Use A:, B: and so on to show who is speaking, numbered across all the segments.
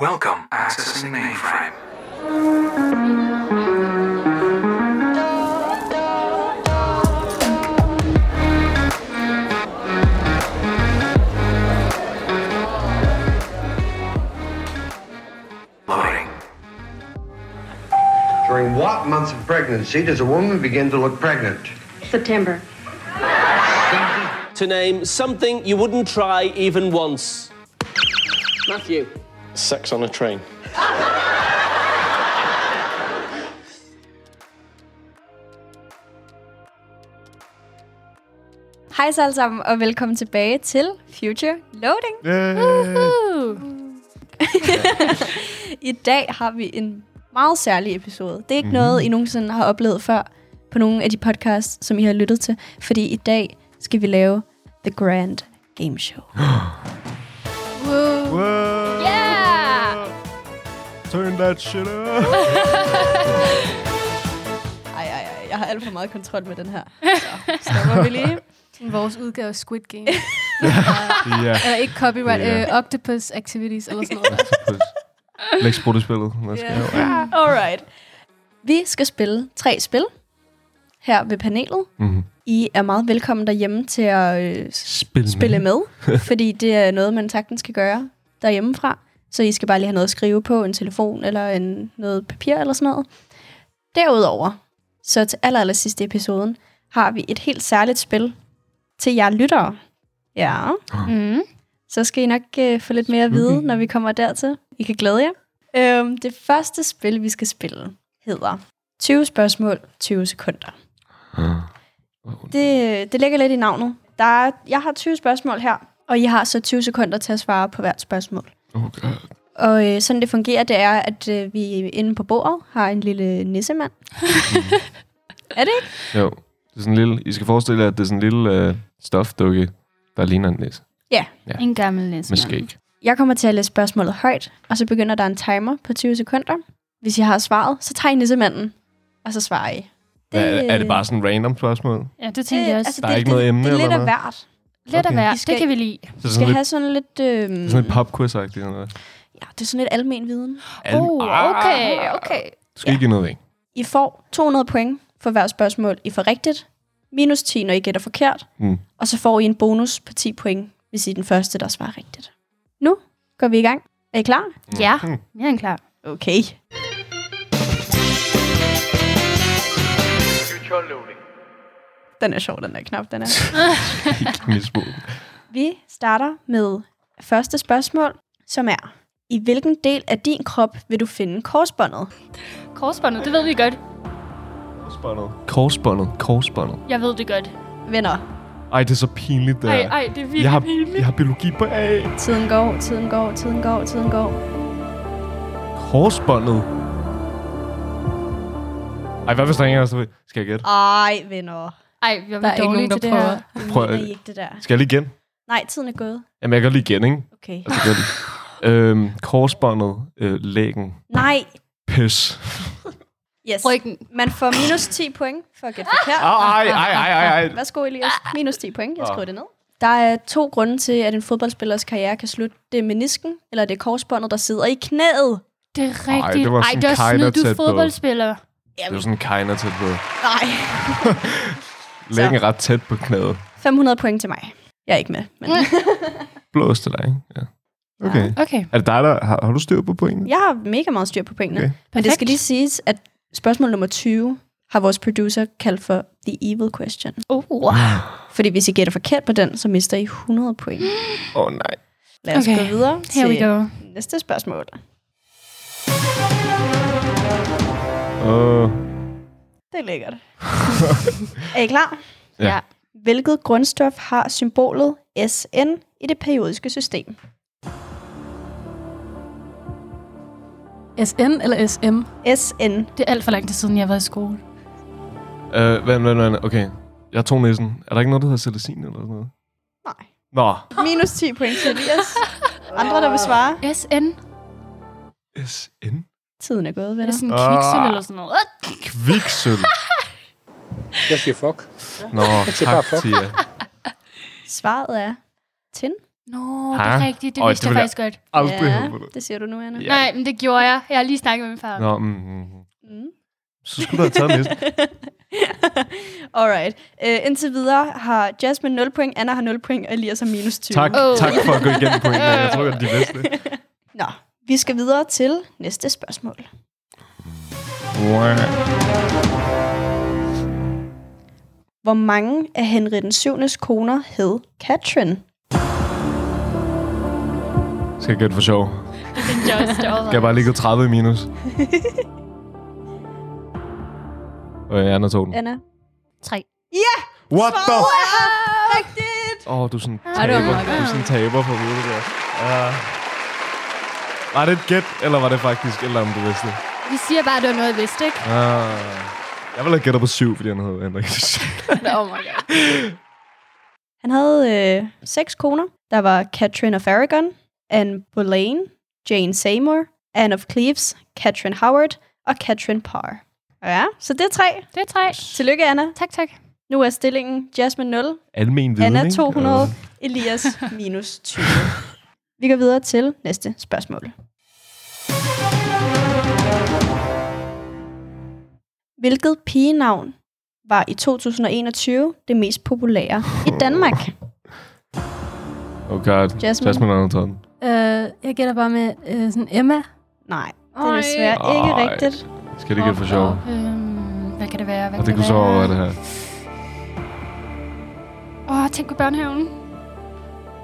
A: Welcome. Accessing mainframe. Loading.
B: During what months of pregnancy does a woman begin to look pregnant?
C: September.
D: To name something you wouldn't try even once. Matthew.
E: Sex on a train.
F: Hej så alle sammen, og velkommen tilbage til Future Loading.
G: Uh.
F: I dag har vi en meget særlig episode. Det er ikke mm-hmm. noget, I nogensinde har oplevet før på nogle af de podcasts, som I har lyttet til. Fordi i dag skal vi lave The Grand Game Show.
G: Woo. Yeah!
E: Turn that shit up.
F: Ej, ej, ej, jeg har alt for meget kontrol med den her.
C: Stopper vi lige.
G: Vores udgave af Squid Game.
E: ja.
G: Eller ikke copyright.
E: Ja.
G: Yeah. Øh, octopus Activities eller sådan noget.
E: Læg spillet. Hvad skal jeg? Ja.
F: Alright. Vi skal spille tre spil her ved panelet.
E: Mhm.
F: I er meget velkommen derhjemme til at øh,
E: Spil,
F: spille med, fordi det er noget, man sagtens kan gøre derhjemmefra. Så I skal bare lige have noget at skrive på, en telefon eller en, noget papir eller sådan noget. Derudover, så til aller, aller sidste episoden, har vi et helt særligt spil til jer lyttere. Ja,
G: Mm.
F: så skal I nok øh, få lidt mere at vide,
E: Spooky.
F: når vi kommer dertil. I kan glæde jer. Øhm, det første spil, vi skal spille, hedder 20 spørgsmål, 20 sekunder. Det, det ligger lidt i navnet. Der er, jeg har 20 spørgsmål her, og I har så 20 sekunder til at svare på hvert spørgsmål.
E: Oh god.
F: Og øh, sådan det fungerer, det er, at øh, vi inde på bordet har en lille nissemand. er det ikke?
E: Jo. Det er sådan en lille, I skal forestille jer, at det er sådan en lille øh, stofdukke, der ligner en næse.
G: En gammel næsmand.
E: Med skæg.
F: Jeg kommer til at læse spørgsmålet højt, og så begynder der en timer på 20 sekunder. Hvis I har svaret, så tager I nissemanden, og så svarer I.
E: Hvad, er, er det bare sådan et random spørgsmål?
G: Ja, det tænkte jeg også.
E: Der er ikke noget emne,
F: altså, det, det er
E: eller
F: lidt af
E: hvad?
F: hvert.
G: Lidt af
E: Okay.
G: værd.
F: Øh, I skal-
G: Det kan vi lide.
E: Så det er
F: Vi skal
E: sådan lidt,
F: have sådan lidt... Øhm,
E: sådan lidt popquiz-agtigt eller noget.
F: ja, det er sådan lidt almen viden.
E: Al- Ah,
G: Oh,
F: Ah,
G: okay, okay.
E: Du skal ikke give noget væk.
F: I får 200 point for hver spørgsmål, I får rigtigt. Minus 10, når I gætter forkert.
E: Mm.
F: Og så får I en bonus på 10 point, hvis I er den første, der svarer rigtigt. Nu går vi i gang. Er I klar?
G: Ja,
E: Mm.
G: mere end klar.
F: Okay. Den er sjov, den der knap, den er.
E: Misbrug.
F: Vi starter med første spørgsmål, som er... I hvilken del af din krop vil du finde korsbåndet?
G: Korsbåndet, det ved vi godt.
E: Korsbåndet. Korsbåndet. Korsbåndet.
G: Jeg ved det godt.
F: Venner,
E: Ej, det er så pinligt, det
G: Ej,
E: her.
G: ej, det er
E: jeg,
G: virkelig
E: har,
G: pinligt.
E: jeg har biologi på A.
F: tiden går, tiden går, tiden går, tiden går.
E: Korsbåndet. Ej, hvad hvis der ikke er en, Skal jeg gætte?
F: Ej, venner.
G: Ej, hvor er
C: Der er
G: vi
C: ikke
G: dårlige
C: nogen, der
G: til det
C: prøver.
G: her.
F: Det
E: Prøv at-
F: mener I ikke, det der.
E: Skal jeg lige igen?
F: Nej, tiden er gået.
E: Jamen, jeg gør lige igen, ikke?
F: Okay.
E: Altså, gør lige. øhm, korsbåndet. Øh, lægen.
F: Nej.
E: Pis.
F: Yes.
G: Ryggen.
F: Man får minus 10 point for at gætte forkert.
E: Ej, Ah, ej, ej, ej, ej, ej.
F: Værsgo, Elias. Minus 10 point. Jeg
E: Ah.
F: skriver det ned. Der er to grunde til, at en fodboldspillers karriere kan slutte. Det er menisken, eller det er korsbåndet, der sidder i knæet.
G: Det er rigtigt.
E: det var
G: Ej,
E: sådan
G: det er
E: kinda
G: snyd, du
E: tæt
G: er
E: på.
G: fodboldspiller.
E: Det var sådan kinder tæt på.
F: Nej.
E: Lægen er ret tæt på knæet.
F: 500 point til mig. Jeg er ikke med. Men
E: Mm. Blås til dig, ikke? Ja. Okay.
G: Okay.
E: Er det dig, der har, har du styr på pointene?
F: jeg har mega meget styr på pointene.
E: Okay.
F: Okay. Men det skal
G: Perfekt.
F: lige siges, at spørgsmål nummer 20 har vores producer kaldt for The Evil Question.
G: Oh, wow.
F: Fordi hvis I gætter forkert på den, så mister I 100 point.
E: Åh, oh, nej.
F: Lad os
G: Okay.
F: gå videre
G: Here we
F: til
G: go.
F: næste spørgsmål.
E: Åh.
F: Det er lækkert. er I klar?
E: Ja.
G: Ja.
F: Hvilket grundstof har symbolet SN i det periodiske system?
G: SN eller SM?
F: SN.
G: Det er alt for lang tid siden, jeg var i skole.
E: Øh, vent, vent, vent. Okay. Jeg tog næsen. Er der ikke noget, der hedder Celestine eller sådan noget?
F: Nej.
E: Nå.
F: Minus 10 point til Elias. Andre, der vil svare?
G: SN?
E: SN?
F: Tiden er gået,
G: Er det
F: venner.
G: sådan en
E: Ah.
G: kviksøl eller sådan noget?
E: Kviksøl.
H: Jeg siger fuck.
E: Nå,
H: siger
E: tak,
H: bare fuck.
E: Tia.
F: Svaret er tin.
G: Nå, det er
E: Ha?
G: rigtigt. Det
E: Øj,
G: vidste
E: det
G: jeg
E: vil jeg
G: faktisk godt.
E: Aldrig
F: ja,
E: håbet.
F: det siger du nu, Anna.
E: Ja.
G: Nej, men det gjorde jeg. Jeg har lige snakket med min far.
E: Nå, mm, mm, mm.
F: Mm.
E: Så skulle du have taget næsten.
F: Alright. Uh, indtil videre har Jasmine 0 point, Anna har 0 point, og Elias har minus 20.
E: Tak,
G: Åh.
E: oh. tak for at gå igennem på en gang. Jeg tror, at de vidste det.
F: Nå, vi skal videre til næste spørgsmål. Hvor mange af Henrik den 7. koner hed Katrin?
E: Mm. Skal jeg gætte for sjov?
G: Det er just over.
E: Skal jeg bare ligge 30 i minus? Øh, Anna tog den.
F: Anna?
G: Tre.
F: Ja!
E: What the
F: Wow!
E: f-
F: Rigtigt!
E: Åh, oh, du er sådan en
G: Ej, det
E: taber.
G: var meget
E: Du er
G: godt.
E: sådan en taber for at vide det der. Uh, var det et gæt, eller var det faktisk et eller andet, du vidste?
G: Vi siger bare, at det var noget, jeg vidste, ikke?
E: Uh, jeg ville have gættet på syv, fordi han hed Henrik.
G: oh my god.
F: Han havde øh, seks koner. Der var Catherine of Aragon, Anne Boleyn, Jane Seymour, Anne of Cleves, Catherine Howard og Catherine Parr. Ja, så det er tre.
G: Det er tre.
F: Tillykke, Anna.
G: Tak, tak.
F: Nu er stillingen Jasmine 0,
E: Almen viden,
F: Anna
E: ikke?
F: 200,
E: Øh,
F: Elias minus 20. Vi går videre til næste spørgsmål. Hvilket pigenavn var i 2021 det mest populære i Danmark?
E: Oh god,
F: Jasmine.
E: Jasmine har taget den.
H: Øh, jeg gætter bare med øh, sådan Emma.
F: Nej, det er desværre ikke
E: Ej.
F: rigtigt.
E: Skal det gætte for sjov?
G: Øhm, hvad kan det være? Hvad
E: Og det
G: kan
E: kunne så
G: være?
E: være det her.
G: Åh, oh, tænk på børnehaven.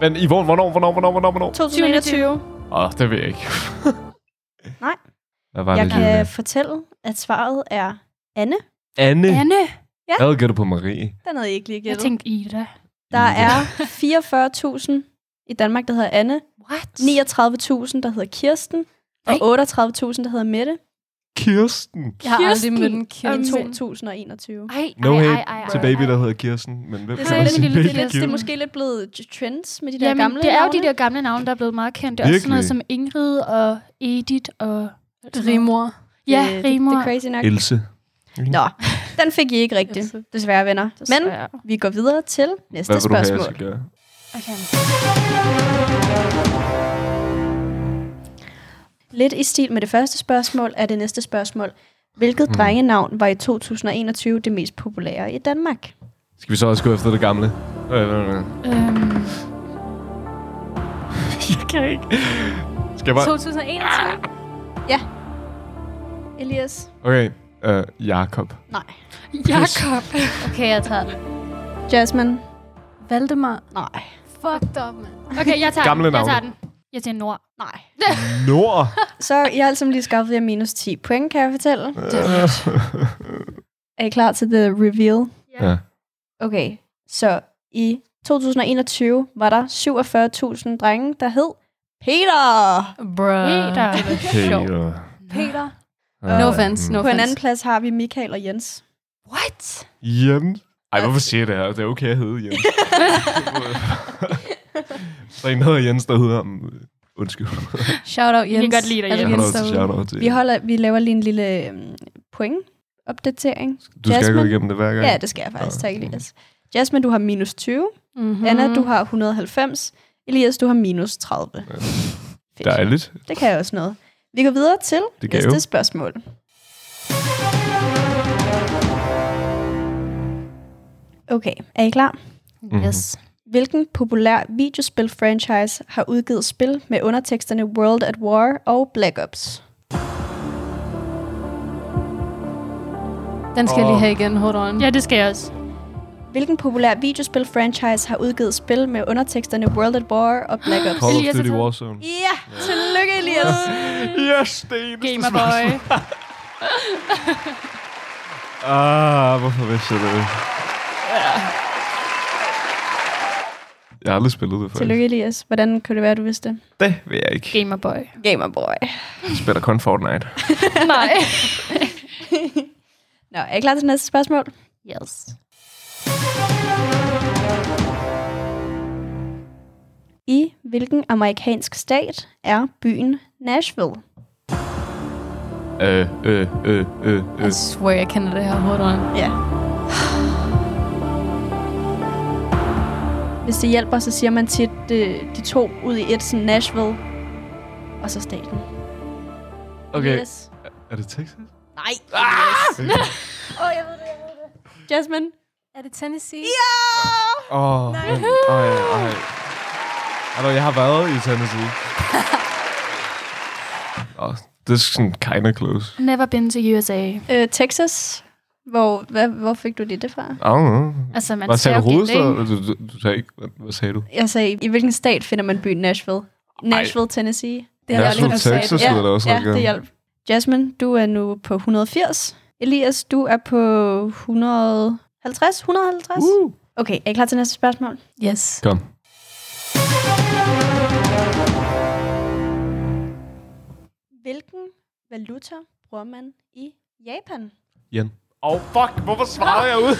E: Men Yvonne, hvornår, hvornår, hvornår, hvornår, hvornår?
F: 2021.
E: Åh, oh, det ved jeg ikke.
F: Nej.
E: Hvad var
F: Jeg
E: det, Julia?
F: kan fortælle, at svaret er Anne.
E: Anne.
G: Anne.
E: Jeg havde gættet på Marie.
F: Den havde I ikke lige
G: Jeg
F: gættet.
G: tænkte Ida.
F: Der er 44.000 i Danmark, der hedder Anne.
G: What?
F: 39.000, der hedder Kirsten. Og 38.000, der hedder Mette.
E: Kirsten.
H: Jeg har aldrig mødt en
F: I
H: Kirsten.
F: 2021.
G: Ej,
E: No
G: ej,
E: hate
G: ej, ej,
E: til
G: ej.
E: baby, der hedder Kirsten. Men hvem
F: Det
E: kan
F: er, sådan
G: Ej,
E: sådan
G: men
E: sin
F: lidt,
G: lille-
E: baby
F: det, er lidt, det er
E: Kirsten?
F: måske lidt blevet trends med de der
G: Jamen,
F: gamle
G: det er jo
F: navne.
G: de der gamle navne, der er blevet meget kendt. Det er også sådan noget som
E: Virkelig.
G: Ingrid og Edith og...
H: Rimor.
G: Ja,
F: det, det,
G: Rimor.
F: det er crazy nok.
E: Else.
F: Nå, den fik I ikke rigtigt, desværre venner. Men
G: Desværre.
F: vi går videre til næste
E: Hvad vil du have, jeg
F: spørgsmål.
E: skal gøre?
G: Okay.
F: Lidt i stil med det første spørgsmål er det næste spørgsmål. Hvilket mm. drengenavn var i 2021 det mest populære i Danmark?
E: Skal vi så også gå efter det gamle? Øh, øh, øh.
G: Øhm,
E: Jeg kan ikke. Skal jeg bare...
H: 2021.
F: Elias?
E: Okay. Øh, Jakob.
F: Nej.
G: Jakob. Okay, jeg tager den.
F: Jasmine?
H: Valdemar.
F: Nej.
H: Fucked up, mand.
G: Okay, jeg tager
E: Gamle
G: den. Jeg
E: navne.
G: tager den. Jeg tager Nord.
F: Nej.
E: Nord.
F: Så jeg har altså lige skaffet jer minus 10 point, kan jeg fortælle. Er I klar til the reveal?
E: ja.
F: Okay, så i 2021 var der 47.000 drenge, der hed Peter.
H: Bruh.
G: Peter.
E: Okay. øh,
H: Peter.
E: øh,
H: No offense, no
E: mm.
F: På en
H: offense.
F: anden plads har vi Michael og Jens.
G: What?
E: Jens. Ej, hvorfor siger jeg det her? Det er okay at hedde Jens. så en, der hedder Jens, der hedder... mm, Undskyld.
H: Shout out Jens.
G: kan godt lide dig,
H: Alle
G: Jens.
H: Jens
E: Shout out
H: derude.
E: til, shout out til.
F: Vi, holder, vi laver lige en lille øhm, point-opdatering.
E: Du skal gå
F: Jasmine.
E: igennem det hver gang.
F: Ja, det skal jeg faktisk.
E: Nå,
F: Tak,
E: mm.
F: Elias. Jasmine, du har minus 20.
H: Mhm.
F: Anna, du har 190. Elias, du har minus 30. Fedt.
E: Dejligt.
F: Det kan jeg også noget. Vi går videre til
E: Det kan jeg
F: næste
E: jo.
F: spørgsmål. Okay, er I klar?
G: Yes.
F: Hvilken populær videospil-franchise har udgivet spil med underteksterne World at War og Black Ops?
H: Den skal jeg lige have igen. Hold on.
G: Ja, det skal jeg også.
F: Hvilken populær videospil-franchise har udgivet spil med underteksterne World at War og Black Ops?
E: Call of
G: Elias er
E: Duty
G: taget.
E: Warzone.
F: Ja, tillykke Elias!
E: Yes, det er
G: Gamerboy.
E: Ah, hvorfor vidste jeg det? Jeg har aldrig spillet det, faktisk.
F: Tillykke Elias. Hvordan kunne det være, du vidste det?
E: Det vil jeg ikke.
G: Gamerboy.
F: Gamerboy.
E: Jeg spiller kun Fortnite.
G: Nej.
F: Nå, er I klar til næste spørgsmål?
G: Yes.
F: I hvilken amerikansk stat er byen Nashville?
E: Øh, øh, øh, øh,
H: I
E: øh.
H: swear, jeg kender det her. Hold on.
F: Ja. Hvis det hjælper, så siger man tit de, de to ud i et, sådan Nashville og så staten.
E: Okay.
F: Yes.
E: Er det Texas?
G: Nej.
F: Jasmine?
H: Er det Tennessee?
E: Åh, oh, nej. Ej, ej. Altså, jeg har været i Tennessee. oh, det er sådan kinda close.
G: Never been to USA.
F: Øh, Texas? Hvor, hvad, hvor fik du det det fra?
E: I don't know.
G: Altså, man
E: Hvad
G: ser
E: sagde
G: jo
E: du
G: ikke
E: hovedstad?
G: det,
E: Du, du, du sagde ikke, hvad, hvad sagde du?
F: Jeg sagde, i hvilken stat finder man byen Nashville? Nashville, Tennessee. Det
E: har jeg Nashville, aldrig hørt. Texas
F: ja,
E: hedder det også,
F: Ja,
E: ikke?
F: det hjalp. Jasmine, du er nu på 180. Elias, du er på 150? 150?
E: Uh.
F: Okay, er I klar til næste spørgsmål?
H: Yes.
E: Kom.
F: Hvilken valuta bruger man i Japan?
E: Jan.
D: Åh, oh, fuck, hvorfor svarede jeg ud?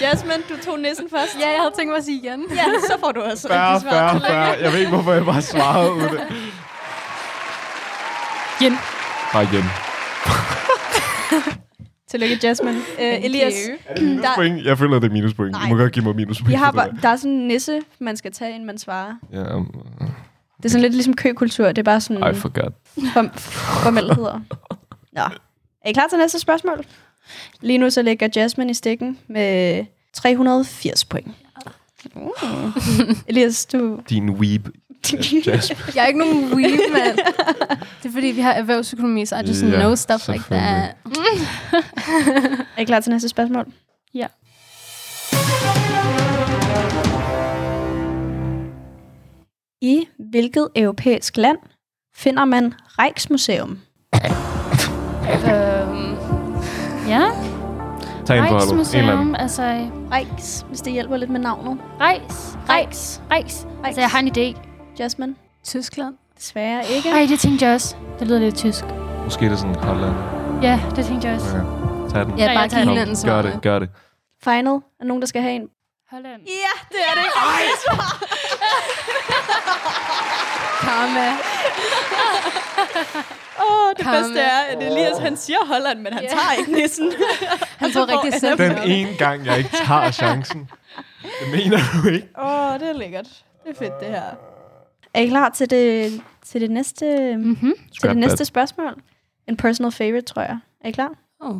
F: Jasmine, du tog næsten først.
H: Ja, jeg havde tænkt mig at sige igen.
F: ja, så får du også.
E: Færre, færre, færre. Jeg ved ikke, hvorfor jeg bare svarede ud det.
H: Yen.
E: Bare igen.
F: Tillykke, Jasmine. Uh, Elias,
H: you.
F: der,
E: Minuspoint? Jeg føler, det er minuspoint. Du må
F: Nej.
E: godt give mig minuspoint.
F: jeg har,
E: for det
F: bare- der er sådan en nisse, man skal tage, inden man svarer.
E: der. Ja, um,
F: Det er sådan lidt ligesom køkultur. Det er bare sådan...
E: I forgot.
F: Form- formelheder. Nå. Er I klar til næste spørgsmål? Lige nu så ligger Jasmine i stikken med 380 point. Uh. Elias, du...
E: Din weeb. Jasper.
H: Jeg er ikke nogen weeb, mand. Det er fordi, vi har erhvervsøkonomi, så I just
E: Ja,
H: know stuff like that.
F: er I klar til næste spørgsmål?
G: Ja.
F: I hvilket europæisk land finder man Rijksmuseum?
H: Øhm,
G: Ja,
E: Tag en forholdet. En eller
G: Rijksmuseum,
E: anden.
G: altså...
F: Rijks, hvis det hjælper lidt med navnet.
G: Rijks. Rijks.
F: Rijks.
G: Rijks. Altså, jeg har en idé.
F: Jasmine?
H: Tyskland.
F: Desværre ikke.
G: Nej, det tænkte jeg også. Det lyder lidt tysk.
E: Måske er det sådan Holland.
G: Ja, det tænkte jeg også.
E: Okay. Tag den.
H: Ja,
G: Nej,
H: bare
G: jeg tager
H: give
E: Kom,
H: hinanden
E: gør
H: svaret.
E: det, gør det.
F: Final. Er der nogen, der skal have en?
G: Holland.
F: Ja, det er det.
H: Karma.
F: Åh, oh, det
H: Karma.
F: bedste er, at Elias han siger Holland, men han yeah. tager ikke nissen.
H: Han får rigtig
F: Anna
H: selv.
E: Den ene gang, jeg ikke tager chancen. Det mener du ikke?
F: Åh, oh, det er lækkert. Det er fedt, det her. Er I klar til det, til det næste,
G: Mhm.
F: til
E: Scrap
F: det
E: that.
F: næste spørgsmål? En personal favorite, tror jeg. Er I klar?
H: Oh.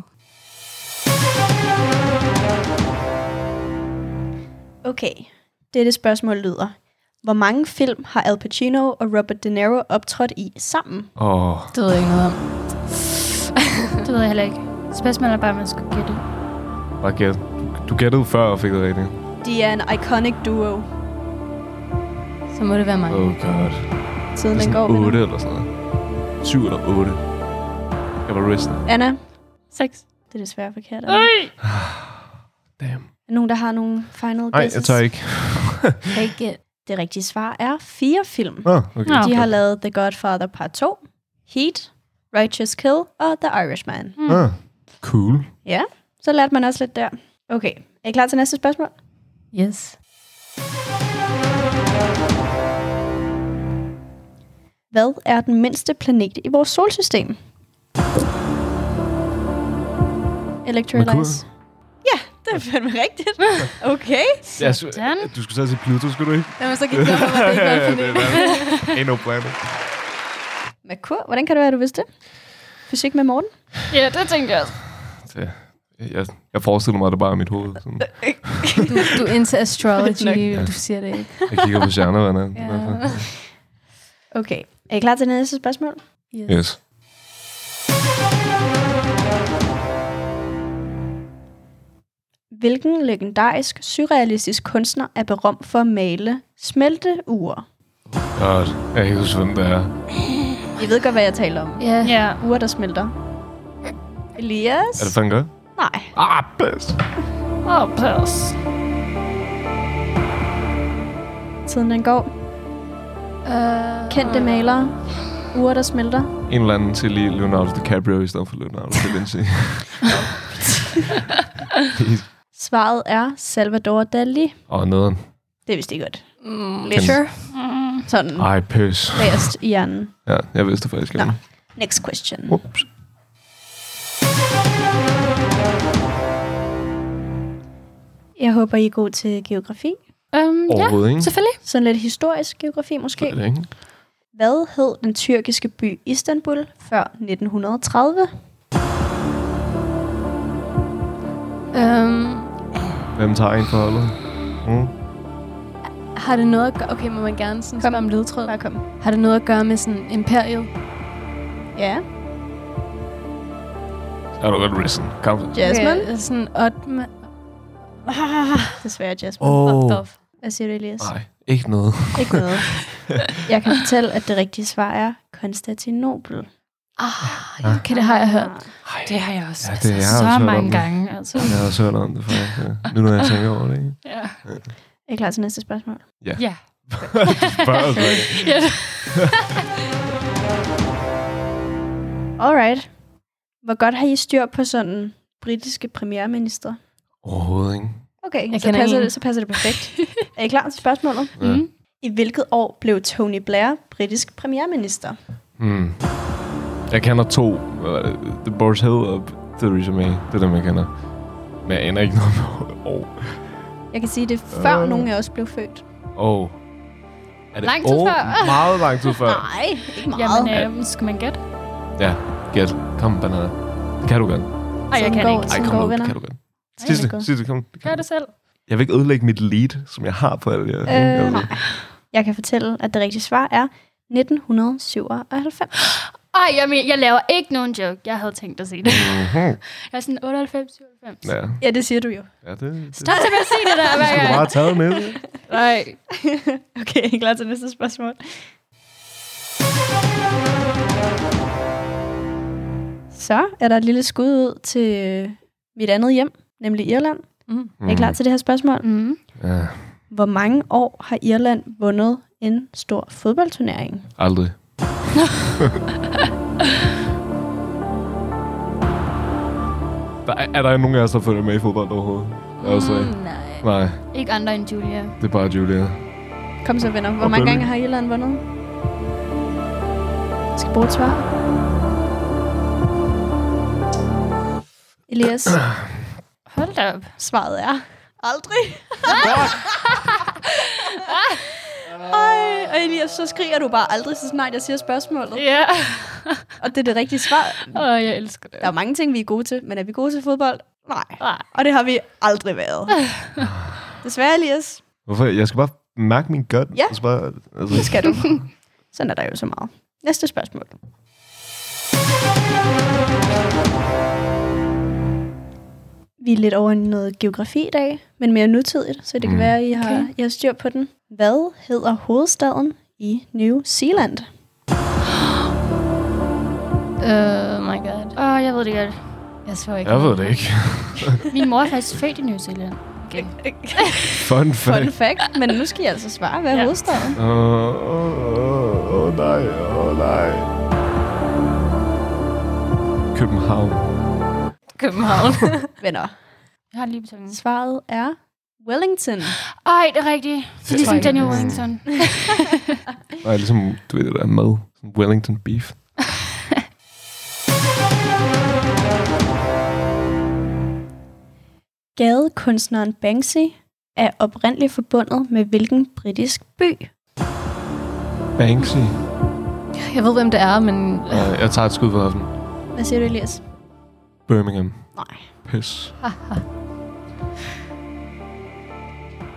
F: Okay. Dette spørgsmål lyder. Hvor mange film har Al Pacino og Robert De Niro optrådt i sammen?
E: Åh, oh,
H: Det ved jeg ikke noget om.
G: Det ved jeg heller ikke. Spørgsmålet er bare, om man skulle gætte.
E: bare gæt. Du gættede før og fik det rigtigt.
F: De er en iconic duo,
H: Så må det være mig.
E: Oh god. Det
F: siden
E: er
F: den går.
E: sådan
F: venner.
E: 8 eller sådan noget. 7 eller 8. Jeg var risten.
F: Anna,
G: Seks.
F: det er desværre forkert. Anna.
G: Øj!
E: Ah, Damn.
F: Er nogen, der har nogle final
E: Nej,
F: guesses?
E: jeg tager ikke.
H: Take it.
F: Det rigtige svar er fire film.
E: Nå, Ah, okay.
G: Nå.
F: De har lavet The Godfather Part 2, Heat, Righteous Kill og The Irishman.
E: Nå. Ah, Cool.
F: Ja, så lærte man også lidt der. Okay, er I klar til næste spørgsmål?
H: Yes.
F: Hvad er den mindste planet i vores solsystem? Electrolyze. Ja, det er fandme rigtigt. Okay.
E: Jeg sy-
G: Sådan.
E: du skulle tage til Pluto, skulle du ikke?
H: Lad mig så gik jeg over, at det ikke var en planet.
E: Ain't no planet.
F: Merkur, hvordan kan det være, du vidste det? Fysik med Morten?
G: Ja, det tænkte jeg også.
E: Det, jeg, jeg forestiller mig det bare i mit hoved. Sådan.
H: Du, du er into astrology, du siger det ikke.
E: Jeg kigger på stjernerne.
H: Ja.
E: Ja.
F: Okay. Er I klar til næste spørgsmål?
E: Yes.
F: Hvilken legendarisk surrealistisk kunstner er berømt for at male smelteure?
E: God, jeg kan ikke huske, hvem det er.
F: I ved godt, hvad jeg taler om.
H: Ja.
G: Ja.
F: Ure, der smelter. Elias?
E: Er det Van Gogh?
F: Nej.
E: Ah, bedst.
G: Åh, pas.
F: Tiden den går.
H: Uh,
F: Kendte malere. Ure, der smelter.
E: En eller anden til lige Leonardo DiCaprio i stedet for Leonardo da Vinci.
F: Svaret er Salvador Dali.
E: Og nederen.
F: Det vidste I godt.
H: mm,
F: Lidt
E: Sure.
G: Mm.
F: sådan
E: Ej, pøs.
F: bagerst i hjernen.
E: Ja, jeg vidste det faktisk ikke.
F: Nå. Next question.
E: Ups.
F: Jeg håber, I er god til geografi.
G: Øhm, ja,
E: Overhovedet ikke.
G: selvfølgelig.
F: Sådan lidt historisk geografi måske.
E: Det er ikke.
F: Hvad hed den tyrkiske by Istanbul før 1930?
H: Øhm,
E: Hvem tager en for holdet? Mm.
H: har det noget at gøre... Okay, må man gerne sådan
F: Kom.
H: spørge om ledtråd?
F: Bare kom.
H: Har det noget at gøre med sådan imperiet?
F: Ja,
E: Er du godt risen? Kom.
F: Jasmine.
H: Okay, Øh, sådan otme...
F: Desværre Jasmine.
E: Åh,
H: Fucked off.
F: Hvad siger du, Elias?
E: nej. Ikke noget.
F: Ikke noget. Jeg kan fortælle, at det rigtige svar er Konstantinopel.
H: Ah, okay, det har jeg hørt.
G: Det har jeg også.
E: Ja,
G: Ja,
E: det
G: det
E: har jeg
G: altså,
E: også
G: så
E: hørt om
G: mange
E: det.
G: gange. Altså.
E: Jeg har også hørt om det, faktisk. Ja. Nu når jeg tænker over det, ikke?
G: Ja.
F: Er I klar til næste spørgsmål?
G: ja.
E: Spørg os, ikke?
F: Alright. Hvor godt har I styr på sådan britiske premierminister?
E: Overhovedet ikke.
F: Okay,
G: Jeg
F: så
G: kender
F: passer,
G: en.
F: det, så passer det perfekt. er I klar til spørgsmålet?
E: Ja.
G: Mm.
F: I hvilket år blev Tony Blair britisk premierminister?
E: Hmm. Jeg kender to. Hvad var det? The Boris Hill og Theresa May. Det er dem, jeg kender. Men jeg aner ikke noget om år.
F: Jeg kan sige, det er før
E: Øh.
F: nogen af os blev født.
E: Åh. Er det
G: Lang tid
E: år?
G: før.
E: Meget lang tid før.
F: Nej, ikke
G: Jamen,
F: meget.
G: øh, skal man gætte?
E: Ja, gæt. Kom, banana. Det kan du godt. Ej,
G: Ej, jeg
F: Sådan
G: kan
F: går-
G: ikke.
F: sådan
E: kom
F: går,
E: nu. Det
F: venner.
E: kan du godt.
F: Ej, det er
E: Sidste,
F: godt.
E: sidste, kom.
G: Gør det selv.
E: Jeg vil ikke ødelægge mit lead, som jeg har på alle Mm-hmm. jer.
F: Øh, nej. Jeg kan fortælle, at det rigtige svar er 1997.
G: Ej, jeg, men, jeg laver ikke nogen joke. Jeg havde tænkt at sige det.
E: Mhm.
G: Jeg er sådan 98, 97.
E: Ja,
F: Ja, det siger du jo.
E: ja det, det, det
G: Stop med at sige det der hver
E: skulle du bare
G: gang.
E: have taget med.
G: Nej.
F: Okay, jeg er klar til næste spørgsmål. Så er der et lille skud ud til øh, mit andet hjem, nemlig Irland.
G: Mm.
F: Er I klar til det her spørgsmål?
G: Mm.
E: Ja,
F: Hvor mange år har Irland vundet en stor fodboldturnering?
E: aldrig. der er, er der nogen af os, der følger med i fodbold overhovedet? Jeg er også mm.
G: nej.
E: Nej,
G: Ikke andre end Julia.
E: det er bare Julia.
F: Kom så, venner. Hvor
E: Og
F: mange
E: Burnley.
F: gange har Irland vundet? Jeg skal bruge et svar. Elias,
G: Hold da op.
F: svaret er aldrig. Ej, og Elias, så skriger du bare aldrig, så snart jeg siger spørgsmålet.
G: Ja.
F: Og det er det rigtige svar.
G: Åh, jeg elsker det.
F: Der er mange ting, vi er gode til, men er vi gode til fodbold? Nej.
G: Nej.
F: Og det har vi aldrig været. Desværre, Elias.
E: Hvorfor? Jeg skal bare mærke min gut.
F: Ja.
E: og så bare, altså,
F: Det skal du. Sådan er der jo så meget. Næste spørgsmål. Vi er lidt over i noget geografi i dag, men mere nutidigt, så det kan
E: Mm.
F: være, at I har, okay. I har styr på den. Hvad hedder hovedstaden i New Zealand?
H: Øh,
G: Oh my god. Åh, oh, jeg ved det godt. Jeg så ikke.
E: Jeg ved det ikke.
G: Min mor er faktisk født i New Zealand. Okay.
E: Fun fact.
F: Fun fact, men nu skal I altså svare, hvad er
G: Ja.
F: hovedstaden?
E: Åh, åh, åh, åh, nej, åh, nej. København.
G: København.
F: Venner,
G: jeg har lige betongen.
F: svaret er Wellington.
G: Ej, det er rigtigt. Det er ligesom Daniel Wellington.
E: Nej, ligesom, du ved det der mad. Sådan Wellington beef.
F: Gadekunstneren Banksy er oprindeligt forbundet med hvilken britisk by?
E: Banksy.
H: Jeg ved, hvem det er, men...
E: Uh, jeg tager et skud for hoften.
F: Hvad siger du, Elias?
E: Birmingham.
F: Nej.
E: Pis.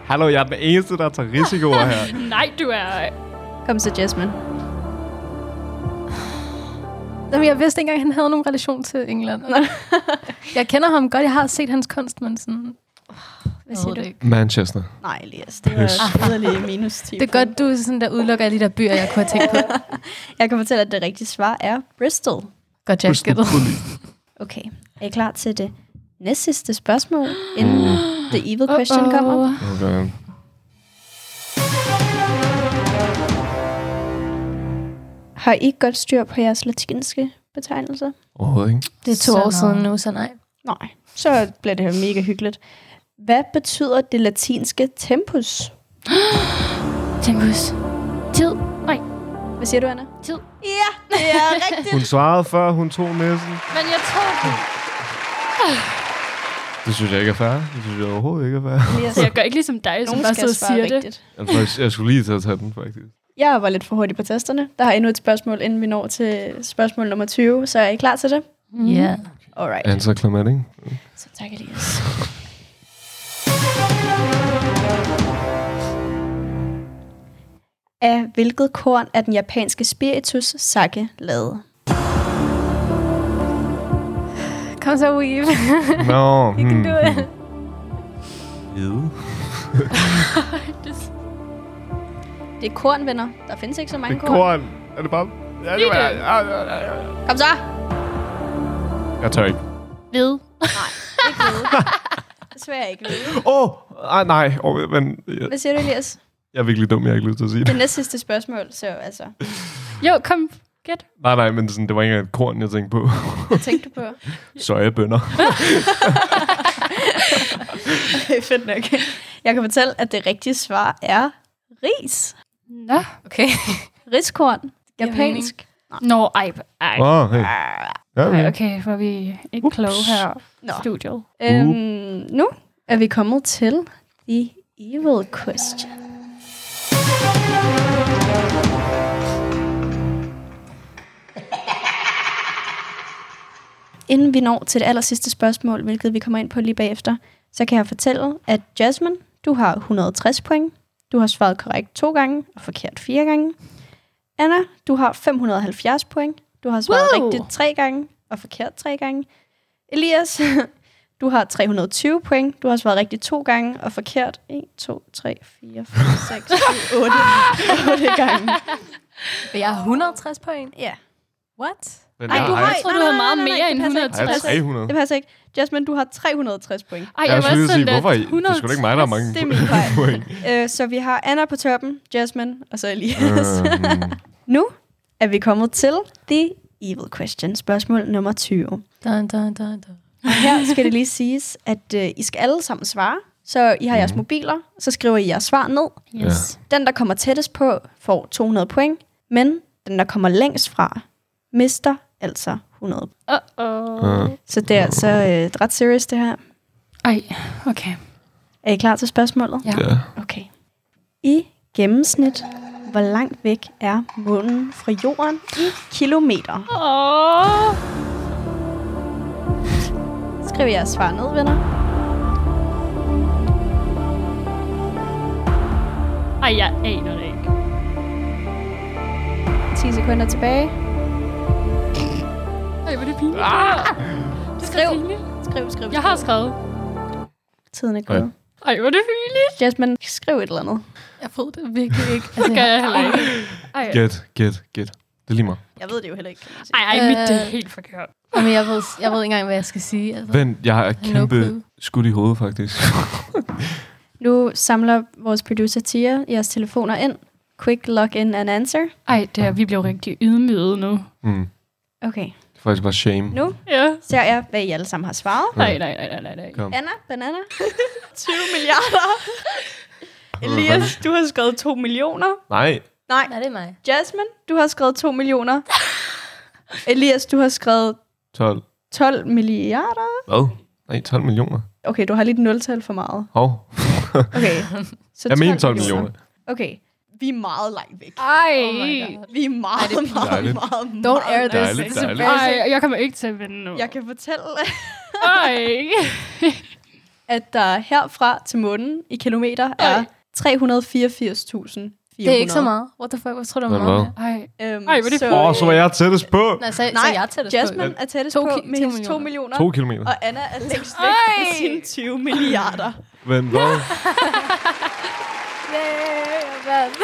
E: Hallo, jeg er den eneste, der tager risikoer her.
G: Nej, du er ej.
F: Kom så, Jasmine.
H: Jamen, jeg vidste ikke engang, han havde nogen relation til England. jeg kender ham godt. Jeg har set hans kunst, men sådan...
F: Hvad
H: Hvad
F: siger
H: siger
F: du?
H: det ikke.
E: Manchester.
F: Nej, Elias, det var
E: Pis.
F: yderligere minus 10.
H: Det er godt, du er sådan der udelukker alle de der byer, jeg kunne have tænkt på.
F: Jeg kan fortælle, at det rigtige svar er Bristol.
H: Godt, jeg
E: Bristol
H: skættede.
E: Bully.
F: Okay, er I klar til det næst sidste spørgsmål, inden
E: Uh.
F: The Evil Question uh kommer?
E: Okay.
F: Har I ikke godt styr på jeres latinske betegnelser?
E: Overhovedet ikke.
H: Det er to
G: Så
H: år
G: nå.
H: siden nu, så nej.
F: Nej, så bliver det her mega hyggeligt. Hvad betyder det latinske tempus?
G: Tempus. Tid. Nej,
F: Hvad siger du, Anna?
G: tid.
F: Ja, det er rigtigt.
E: Hun svarede før, hun tog næsten.
G: Men jeg tog den.
E: Det synes jeg ikke er fair. Det synes jeg overhovedet ikke er fair.
G: Altså, jeg gør ikke ligesom dig, som
F: Nogen
G: bare
F: skal
G: sidder og
F: svare
G: siger det.
F: rigtigt.
E: Altså, Jeg, faktisk, jeg skulle lige til at tage den, faktisk.
F: Jeg var lidt for hurtig på testerne. Der har endnu et spørgsmål, inden vi når til spørgsmål nummer 20. Så er I klar til det?
H: Mm.
G: Ja.
F: Alright.
E: Er han så klimatik?
F: Så tak, Elias. Af hvilket korn er den japanske spiritus sake lavet?
H: Kom så, Weave.
E: Nå, hmm.
H: You can do it.
E: Hvide.
F: Det er korn, venner. Der findes ikke så mange
E: Det er
F: korn.
E: korn. Er det bare... Ja, det var...
F: Kom så!
E: Jeg tør ikke.
G: Ved.
F: Desværre ikke.
E: Åh! Oh, ah, nej, oh, men jeg,
F: Hvad siger du, Elias?
E: jeg er virkelig dum, jeg har ikke lyst til at sige
F: Det
E: det.
F: er næst sidste spørgsmål, så altså,
G: Jo, kom. Gæt.
E: Nej, nej, men sådan, det var ikke engang et korn, jeg tænkte på.
F: hvad tænkte du på?
E: Søjebønder.
F: Fedt nok. Jeg kan fortælle, at det rigtige svar er ris.
G: Nå.
H: Okay.
F: Riskorn.
H: giver
F: Japansk.
G: Nå, ej. ej.
E: Åh, oh, hey. Ja,
G: Ej,
E: okay.
G: okay, for vi er ikke
E: Ups.
G: kloge her
F: Nå.
G: i studiet.
F: Øhm, nu er vi kommet til The Evil Question. Inden vi når til det aller sidste spørgsmål, hvilket vi kommer ind på lige bagefter, så kan jeg fortælle, at Jasmine, du har 160 point. Du har svaret korrekt to gange og forkert fire gange. Anna, du har 570 point. Du har svaret
G: Wow!
F: wow. rigtigt tre gange og forkert tre gange. Elias, du har 320 point. Du har svaret rigtigt to gange og forkert 1, 2, 3, 4, 5, 6, 7, 8, 8 gange.
H: Jeg har 160 point.
F: Ja.
H: What?
E: Men
F: Ej,
E: jeg
F: du
E: har
F: har
E: ikke-
G: Jeg tror, du havde
F: nej,
G: meget
F: nej, nej,
G: mere
F: det
G: end
F: passer ikke.
G: 160.
E: Jeg har 300.
F: Det passer ikke. Jasmine, du har 360 point.
G: Ej,
E: Jeg skulle lige sige,
G: lidt
E: hvorfor I- det er sgu da ikke mig, der har
G: 160.
E: mange
F: Det er min fejl.
E: point.
F: Øh, så vi har Anna på toppen, Jasmine og så Elias. Øh.
E: Øhm,
F: nu er vi kommet til The Evil Question, spørgsmål nummer 20.
H: Dun, dun, dun, dun.
F: Og her skal det lige siges, at øh, I skal alle sammen svare. Så I har jeres mobiler, så skriver I jeres svar ned.
E: mm.
G: Yes.
F: Den, der kommer tættest på, får 200 point, men den, der kommer længst fra, mister altså 100.
G: Uh-oh.
E: øh,
F: Så det er altså øh, ret seriøst, det her.
G: Ej, okay.
F: Er I klar til spørgsmålet?
G: Ja.
E: ja.
F: Okay. I gennemsnit, hvor langt væk er månen fra jorden i kilometer?
G: Åh.
F: Skriv jeres svar ned, venner.
G: Ej, jeg aner det ikke.
F: 10 sekunder tilbage.
G: Ej, hvor er det pinligt. Ah! Det er så
F: Skriv.
G: pinligt.
F: Skriv, skriv.
G: Jeg har skrevet.
F: Tiden er gået.
G: Ej, hvor er det pinligt.
F: Jasmine, skriv et eller andet.
H: Jeg ved det virkelig ikke.
G: Det gør jeg heller ikke. Ej,
E: Gæt, gæt, gæt. Det er lige mig.
F: Jeg ved det jo heller ikke. kan man sige.
G: ej, ej mit det er
H: Øh.
G: helt forkert.
H: Jamen, jeg ved, jeg ved ikke engang, hvad jeg skal sige. Altså.
E: Vent, jeg har
H: clue.
E: kæmpe skudt i hovedet, faktisk.
F: Nu samler vores producer Tia jeres telefoner ind. Quick log in and answer.
G: Ej, det er, vi blev rigtig ydmyget nu.
E: Mm.
F: Okay.
E: Det er faktisk bare shame.
F: Nu
G: Ja.
F: ser jeg, hvad I alle sammen har svaret.
G: Nej, nej, nej, nej, nej, nej.
E: Kom.
F: Anna, banana. 20 milliarder. Elias, du har skrevet 2 millioner.
E: Nej.
H: Nej, det er mig.
F: Jasmine, du har skrevet 2 millioner. Elias, du har skrevet
E: 12.
F: 12 milliarder.
E: Hvad? Nej, 12 millioner.
F: Okay, du har lidt nultal for meget.
E: Hov.
F: Okay. Så
E: Jeg mener 12 millioner.
F: Okay. Vi er meget langt væk.
G: Ej.
H: Oh my God.
F: Vi er meget, meget, meget,
E: Dejligt.
F: meget,
H: Don't air this.
E: Dejligt,
H: It's
E: dejligt.
G: Ej,
H: embarrassing.
G: Altså, jeg kommer ikke til at vinde nu.
F: Jeg kan fortælle,
G: Ej.
F: at der herfra til månen i kilometer er 384.400.
H: Det er ikke så meget. What the fuck? Hvad tror du,
E: Men
H: hvor
E: hvad?
H: meget?
G: Ej.
F: Øhm,
G: Ej, hvor er det
E: Åh, oh, så var jeg tættest på.
H: Nej, så,
F: Nej,
H: så jeg er tættest
F: Jasmine er tættest
H: To
F: på
H: ki-
F: med
H: to
F: hendes 2 millioner,
E: 2 kilometer.
F: og Anna er længst væk med
G: Ej!
F: sine 20 milliarder.
E: Men hvad?
H: på.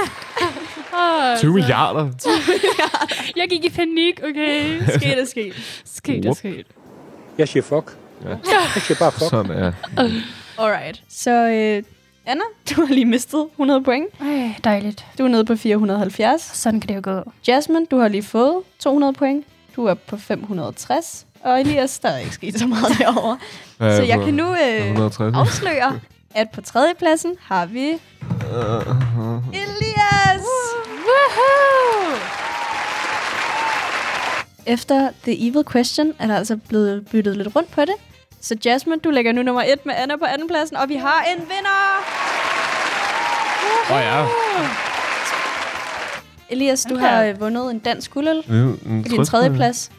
H: Yeah,
G: Ej,
E: 20 milliarder?
G: Jeg gik i panik, okay?
F: Sket er sket.
G: Sket er
E: Whoop.
G: sket.
I: Jeg siger fuck.
E: Ja.
I: Jeg siger bare fuck.
E: Sådan, ja.
F: Alright. Så øh, Anna, du har lige mistet 100 point.
G: Ej, dejligt.
F: Du er nede på 470.
G: Sådan kan det jo gå.
F: Jasmine, du har lige fået 200 point. Du er på 560. Og Elias, der er ikke sket så meget derovre.
E: Hvad er
F: Så jeg
E: på?
F: kan nu øh,
E: 160.
F: afsløre, at på tredjepladsen har vi Elias! Woohoo! Efter The Evil Question er der altså blevet byttet lidt rundt på det, Så Jasmine, du lægger nu nummer et med Anna på andenpladsen, og vi har en vinder!
E: Åh oh, ja.
F: Elias, du
G: Okay.
F: har øh, vundet en dansk guldøl
E: Det er jo en
F: på din
E: trøst-
F: tredje plads.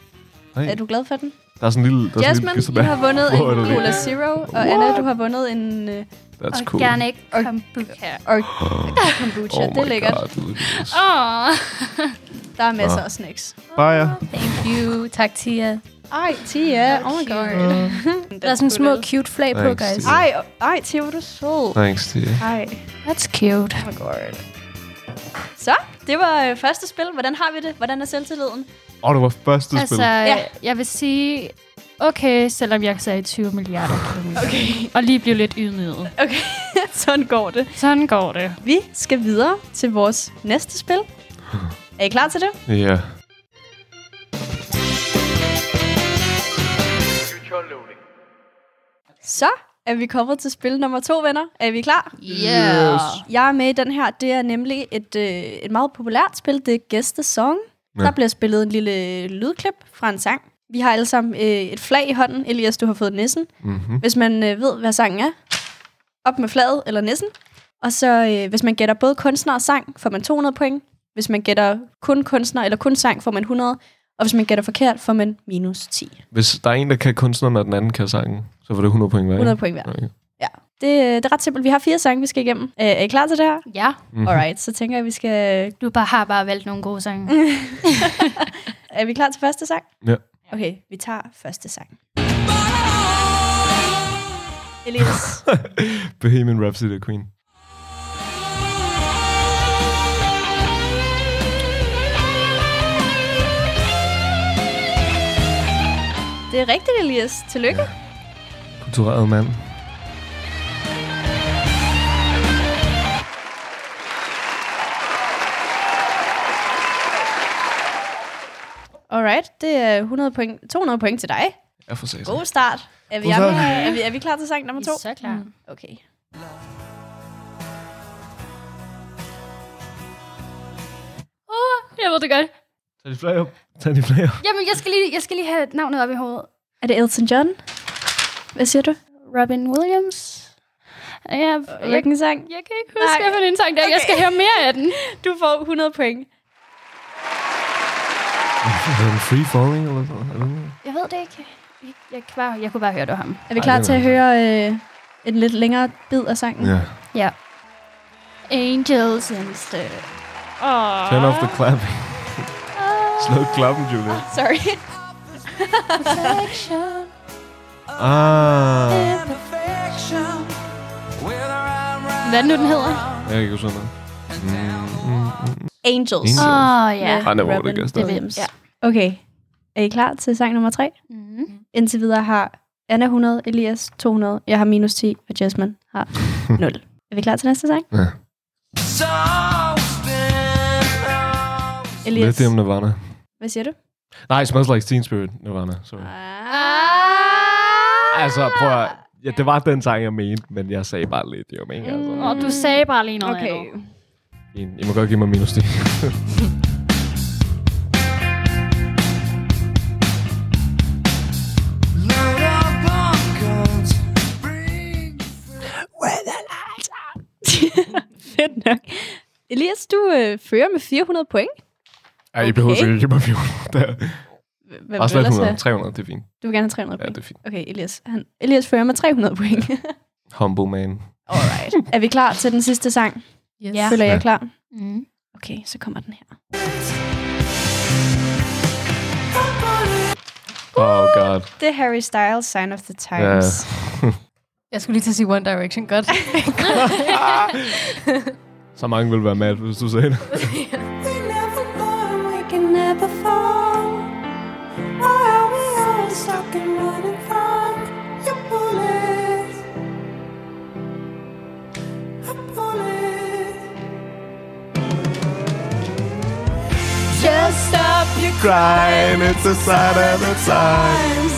E: Nej.
F: Er du glad for den?
E: Der er sådan en lille... Der er sådan en lille
F: Jasmine,
E: kirsebær.
F: du har vundet
E: Hvor er
F: en
E: det?
F: Cola Zero, og Anna, du har vundet en øh,
E: That's
G: og
E: cool.
G: gerne ikke
F: Og-
G: kombucha.
F: or- kombucha.
E: Oh
F: det er
E: my
F: lækkert.
E: God, Ah. det er lækkert.
G: Åh, oh,
F: Der er masser
E: Nå.
F: af snacks.
E: Bare ja.
G: thank you. Tak, Tia.
F: Ej, Tia. Oh my god. Mm.
H: Der er sådan en små cute flag på,
E: Thanks,
H: guys.
E: dude.
F: Ej, ej, Tia, hvor er du sød.
E: Thanks, Tia.
F: Ej,
G: That's cute.
F: oh my god. Så, det var øh, første spil. Hvordan har vi det? Hvordan er selvtilliden?
E: Åh, oh, det var første
G: Altså,
E: altså, spil.
F: Ja.
G: jeg vil sige, okay, selvom jeg sagde 20 milliarder kilometer. Okay. Og lige blive lidt ydmyget.
F: Okay, sådan går det.
G: Sådan går det.
F: Vi skal videre til vores næste spil. Er I klar til det?
E: Ja.
F: Så er vi kommet til spil nummer to, venner. Er vi klar?
G: Yeah. Yes.
F: Jeg er med i den her. Det er nemlig et, øh, et meget populært spil. Det er Guess the Song. Ja.
E: Ja.
F: Der bliver spillet en lille lydklip fra en sang. Vi har alle sammen øh, et flag i hånden. Elias, du har fået nissen.
E: Mm-hmm.
F: Hvis man øh, ved, hvad sangen er, op med flaget eller nissen. Og så, øh, hvis man gætter både kunstner og sang, får man 200 point. Hvis man gætter kun kunstner eller kun sang, får man 100. Og hvis man gætter forkert, får man minus 10.
E: Hvis der er en, der kan kunstneren, og den anden kan sangen, så var det 100 point hver.
F: 100 point hver.
E: Okay.
F: Det, øh, det er ret simpelt. Vi har fire sange, vi skal igennem. Øh, er I klar til det her?
G: Ja,
E: Mm-hmm.
F: Alright, så tænker jeg, vi skal...
G: du bare har bare valgt nogle gode sange.
F: Er vi klar til første sang?
E: Ja.
F: Okay, vi tager første sang. Elias.
E: Bohemian Rhapsody af Queen.
F: Det er rigtigt, Elias. Tillykke.
E: Kultureret mand.
F: Alright, det er 100 point, 200 point til dig.
E: Ja, for satan.
F: God start. Er vi,
E: God
F: er,
E: start.
F: er, vi, er vi klar til sang nummer to? Mm.
G: Så klar.
F: Okay.
G: Åh, jeg ved det godt.
E: Tag de flag op. Tag de flag op.
G: Jamen, jeg skal lige, jeg skal lige have navnet op i hovedet.
F: Er det Elton John? Hvad siger du?
G: Robin Williams. Ja, jeg, Øh, jeg,
F: Hvilken sang?
G: jeg kan ikke huske,
F: Nej.
G: hvad for en sang der. Okay. Jeg
F: Okay.
G: skal høre mere af den.
F: Du får 100 point.
E: Er den free falling eller sådan noget?
G: Jeg ved det ikke. Jeg, kan bare, jeg kunne bare høre det af ham.
F: Er vi
E: Ej,
F: klar
E: det
F: til
E: var-
F: at høre øh, en lidt længere bid af sangen?
E: Ja.
G: Ja. Angels and stuff. Åh.
E: Turn off the clapping.
F: Ah.
E: Slå klappen, Julie.
F: Sorry.
E: Ah.
G: Hvad er det nu, den hedder?
E: Jeg kan ikke huske noget.
F: Angels.
E: Angels.
G: Åh, oh, ja.
F: Med
E: Ej, Altså, der var det
F: Robin
E: gæster.
F: Williams.
G: Ja.
F: Okay. Er I klar til sang nummer tre?
G: Mm.
F: Indtil videre har Anna 100, Elias 200, jeg har minus 10, og Jasmine har 0. er vi klar til næste sang?
E: Ja. Yes. Med
F: Elias,
E: det om Nirvana.
F: hvad siger du?
E: Nej, Smells Like Teen Spirit, Nirvana. Sorry.
G: Ah!
E: Altså, prøv at... Ja, det var den sang, jeg mente, men jeg sagde bare lidt, jo, ikke? Altså,
G: Mm, Og du sagde bare lige noget
F: Okay.
G: andet.
E: I, I må godt give mig minus 10.
F: Fedt nok. Elias, du øh, fører med 400 point.
E: Ej, I behøver
F: Okay.
E: sikkert ikke give mig 400. Der.
F: Hvad vil
E: Bare
F: du
E: slet
F: ellers
E: 100.
F: have?
E: 300, det er fint.
F: Du vil gerne have 300
E: Ja,
F: point.
E: det er fint.
F: Okay, Elias. Han, Elias fører med 300 point.
E: Humble man.
F: Alright. er vi klar til den sidste sang?
G: Yes.
F: Ja. Føler jeg
E: Ja.
F: klar?
G: Mm.
F: Okay, så kommer den her.
E: Oh god.
F: Det er Harry Styles' Sign of the
E: Ja.
F: Times.
H: Jeg skulle lige til at sige One Direction. Godt.
E: Så mange ville være mad, hvis du sagde det. Crying, it's a sign of the time.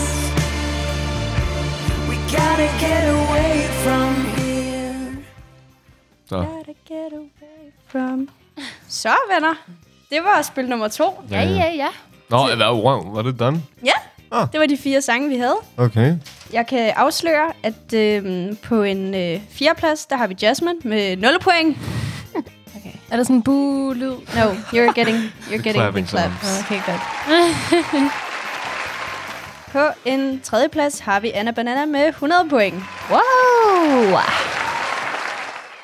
E: Så,
F: Gotta get away from. Så, venner. Det var spil nummer to.
G: Ja, ja, ja.
E: Nå, wow, var det done?
G: Ah.
F: Ja, det var de fire sange, vi havde.
E: Okay.
F: Jeg kan afsløre, at øh, på en øh, fjerdeplads, der har vi Jasmine med 0 point.
H: Er der sådan en bu-lyd?
F: No, you're getting, you're getting
E: Clapping
F: the claps.
E: sounds.
F: Okay, godt. På en tredjeplads har vi Anna Banana med 100 point. Wow!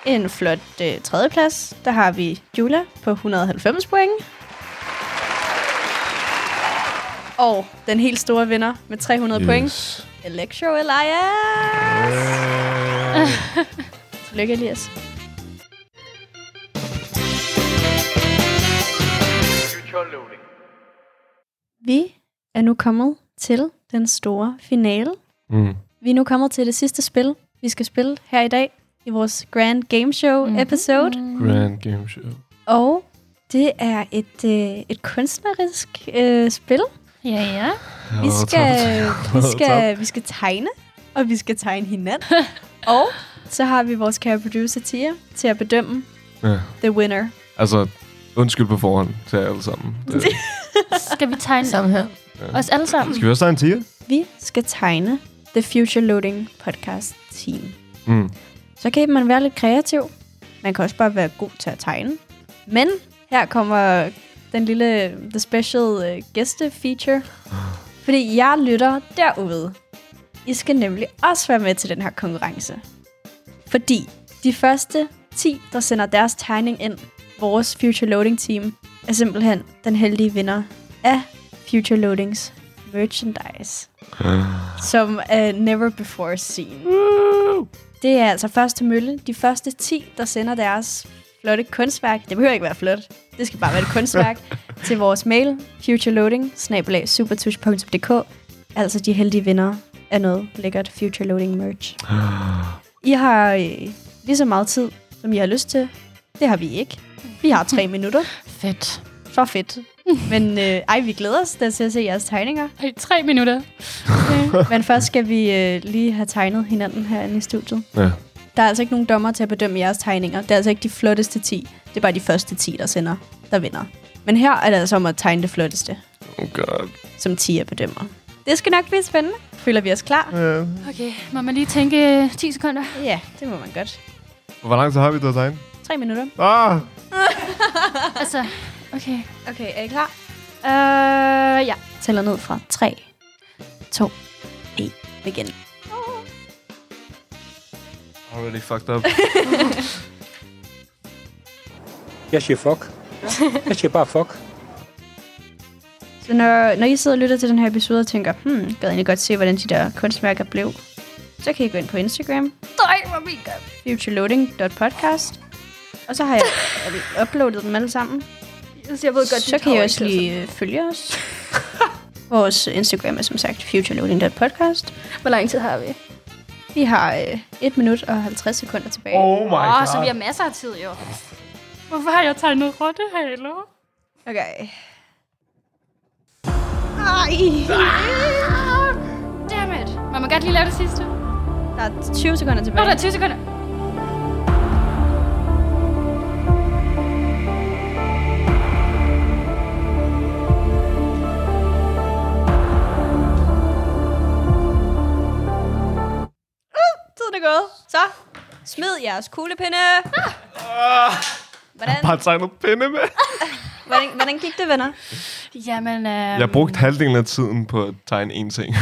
F: En flot øh, tredjeplads, der har vi Jula på 190 point. Og den helt store vinder med 300 yes. point,
E: Yes.
F: Electro Elias! Tillykke, Elias. Vi er nu kommet til den store finale.
E: Mm.
F: Vi er nu kommet til det sidste spil, vi skal spille her i dag i vores Grand Game Show
G: Mhm.
F: episode.
E: Grand Game Show.
F: Og det er et, øh, et kunstnerisk øh, spil.
G: Ja, ja.
E: Jeg
F: Vi
E: var
F: skal,
E: tabt.
F: vi,
E: Jeg var tabt.
F: skal, vi skal tegne, og vi skal tegne hinanden. og så har vi vores kære producer Tia til at bedømme
E: Ja.
F: the winner.
E: Altså, undskyld på forhånd til jer alle sammen. Det,
G: Skal vi tegne
H: Sammenhæng.
G: os alle sammen?
E: skal vi også tegne tiger?
F: Vi skal tegne The Future Loading Podcast Team.
E: Mm.
F: Så kan man være lidt kreativ. Man kan også bare være god til at tegne. Men her kommer den lille The Special øh, gæste feature. Fordi jeg lytter derude. I skal nemlig også være med til den her konkurrence. Fordi de første 10, der sender deres tegning ind, vores Future Loading Team, er simpelthen den heldige vinder af Future Loadings merchandise. som er never before seen. Det er altså først til mølle. De første 10, der sender deres flotte kunstværk, det behøver ikke være flot, det skal bare være et kunstværk, til vores mail, futureloading altså de heldige vinder af noget lækkert Future Loading merch. I har øh, lige så meget tid, som I har lyst til. Det har vi ikke. Vi har tre minutter.
G: Fedt.
F: For fedt. Men øh, ej, vi glæder os da til at se jeres tegninger.
G: Ej, tre minutter.
F: Men først skal vi øh, lige have tegnet hinanden herinde i studiet.
E: Ja.
F: Der er altså ikke nogen dommer til at bedømme jeres tegninger. Det er altså ikke de flotteste 10. Det er bare de første 10, der sender, der vinder. Men her er det altså om at tegne det flotteste,
E: Oh god.
F: som 10 er bedømmer. Det skal nok blive spændende. Føler vi os klar?
E: Ja.
G: Okay, må man lige tænke øh, 10 sekunder?
F: Ja, det må man godt.
E: Hvor lang tid har vi til at tegne?
F: Tre minutter.
E: Ah!
G: Altså, okay.
F: Okay, er I klar?
G: Øh, ja.
F: Tæller ned fra 3, 2, 1. Begin.
E: Already fucked up.
I: Jeg siger fuck. Jeg siger bare fuck.
F: Så når, når I sidder og lytter til den her episode og tænker, hmm, gad jeg egentlig godt se, hvordan de der kunstværker blev, så kan I gå ind på Instagram,
G: Nej, hvor vildt.
F: futureloading.podcast. Og så har jeg uploadet dem alle sammen.
H: Jeg ved
F: Godt, så kan I også lige øh, følge os. Vores Instagram er som sagt futureloading.podcast.
H: Hvor lang tid har vi?
F: Vi har øh, 1 minut og 50 sekunder tilbage.
E: oh my
G: Åh,
E: god.
G: så vi har masser af tid, jo. Hvorfor har jeg tegnet rottehaler?
F: Okay.
G: Ah, damn it. Må man godt lige lave det sidste?
F: Der er 20 sekunder
G: Nå, der
F: tilbage.
G: er 20 sekunder.
F: Tiden er gået. Så, smid jeres kuglepinde. Hvordan,
E: Bare tegnet pinde med.
F: hvordan, hvordan gik det, venner?
G: Jamen, øh,
E: Jeg brugte halvdelen af tiden på at tegne én ting.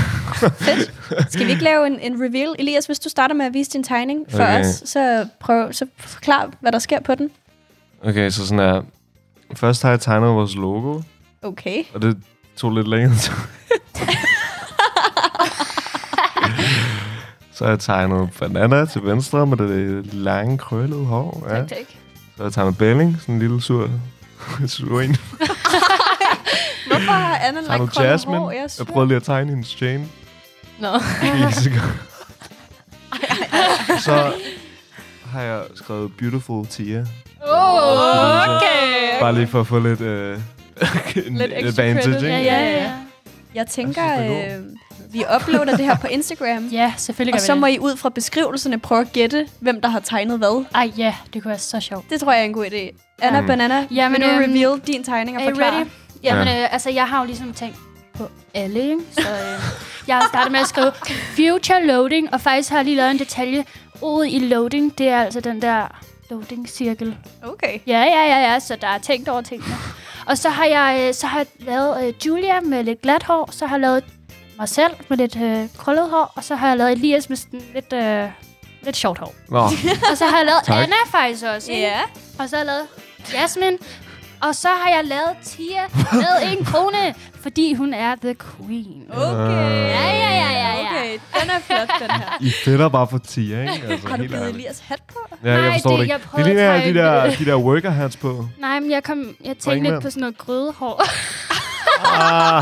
F: Fedt. Skal vi ikke lave en, en reveal? Elias, hvis du starter med at vise din tegning for
E: Okay.
F: os, så, prøv, så forklar, hvad der sker på den.
E: Okay, så sådan her. Først har jeg tegnet vores logo,
F: Okay.
E: og det tog lidt længere tid. så har jeg tegnet banana til venstre med det lange krøllede hår. Ja.
G: tak.
E: Så har jeg tegnet Belling, sådan en lille sur, sur en.
F: Hvorfor har Anna
E: Så har du
F: lagt krøllet
E: Jasmine.
F: hår? Jeg
E: Jeg,
F: er
E: jeg
F: sur.
E: prøvede lige at tegne hendes chain.
H: Nå.
E: Det gik ikke så godt. så har jeg skrevet Beautiful Tia.
G: Oh, okay.
E: Bare lige for at få lidt... Øh, en
F: Lidt extra
E: advantage,
F: credit.
E: ikke?
G: Ja, ja, ja.
F: Jeg tænker,
E: Jeg synes, det er
F: øh, vi uploader det her på Instagram.
G: Ja, selvfølgelig gør
F: Og
G: vi
F: så
G: det.
F: må I ud fra beskrivelserne prøve at gætte, hvem der har tegnet hvad.
G: Ej, ja, det kunne være så sjovt.
F: Det tror jeg er en god idé. Anna Banana,
G: Jamen,
F: vil du
G: øhm,
F: reveal din tegning og
G: Er I
F: forklare?
G: ready? Jamen, øh, altså, jeg har jo ligesom tænkt, på alle, ikke? Så øh, jeg har startet med at skrive future loading, og faktisk har jeg lige lavet en detalje. Ordet i loading, det er altså den der loading-cirkel.
F: Okay.
G: Ja, ja, ja, ja, så der er tænkt over tingene. Og så har jeg, øh, så har jeg lavet øh, Julia med lidt glat hår, så har jeg lavet mig selv med lidt øh, krøllet hår, og så har jeg lavet Elias med sådan lidt, øh, lidt sjovt hår.
E: Nå,
G: Og så har jeg lavet
E: Tak.
G: Anna faktisk også. ikke? Og så har jeg lavet Jasmine. Og så har jeg lavet Tia med en kone, fordi hun er the queen.
F: Okay.
E: Ah.
G: Ja, ja, ja, ja, ja.
F: Okay, den er flot, den her.
E: I fedter bare for 10, ikke? Altså,
F: Har du
E: helt
F: givet
E: ærligt.
F: Elias hat på?
E: Ja, jeg
G: Nej,
E: forstår
G: det-
E: det ikke.
G: jeg
E: det
G: prøvede
E: ligner
G: at
E: de
G: tegne
E: der,
G: det.
E: de der worker hats på.
G: Nej, men jeg, kom, jeg tænkte
E: Ringmand.
G: lidt på sådan noget grødehår.
E: Ah,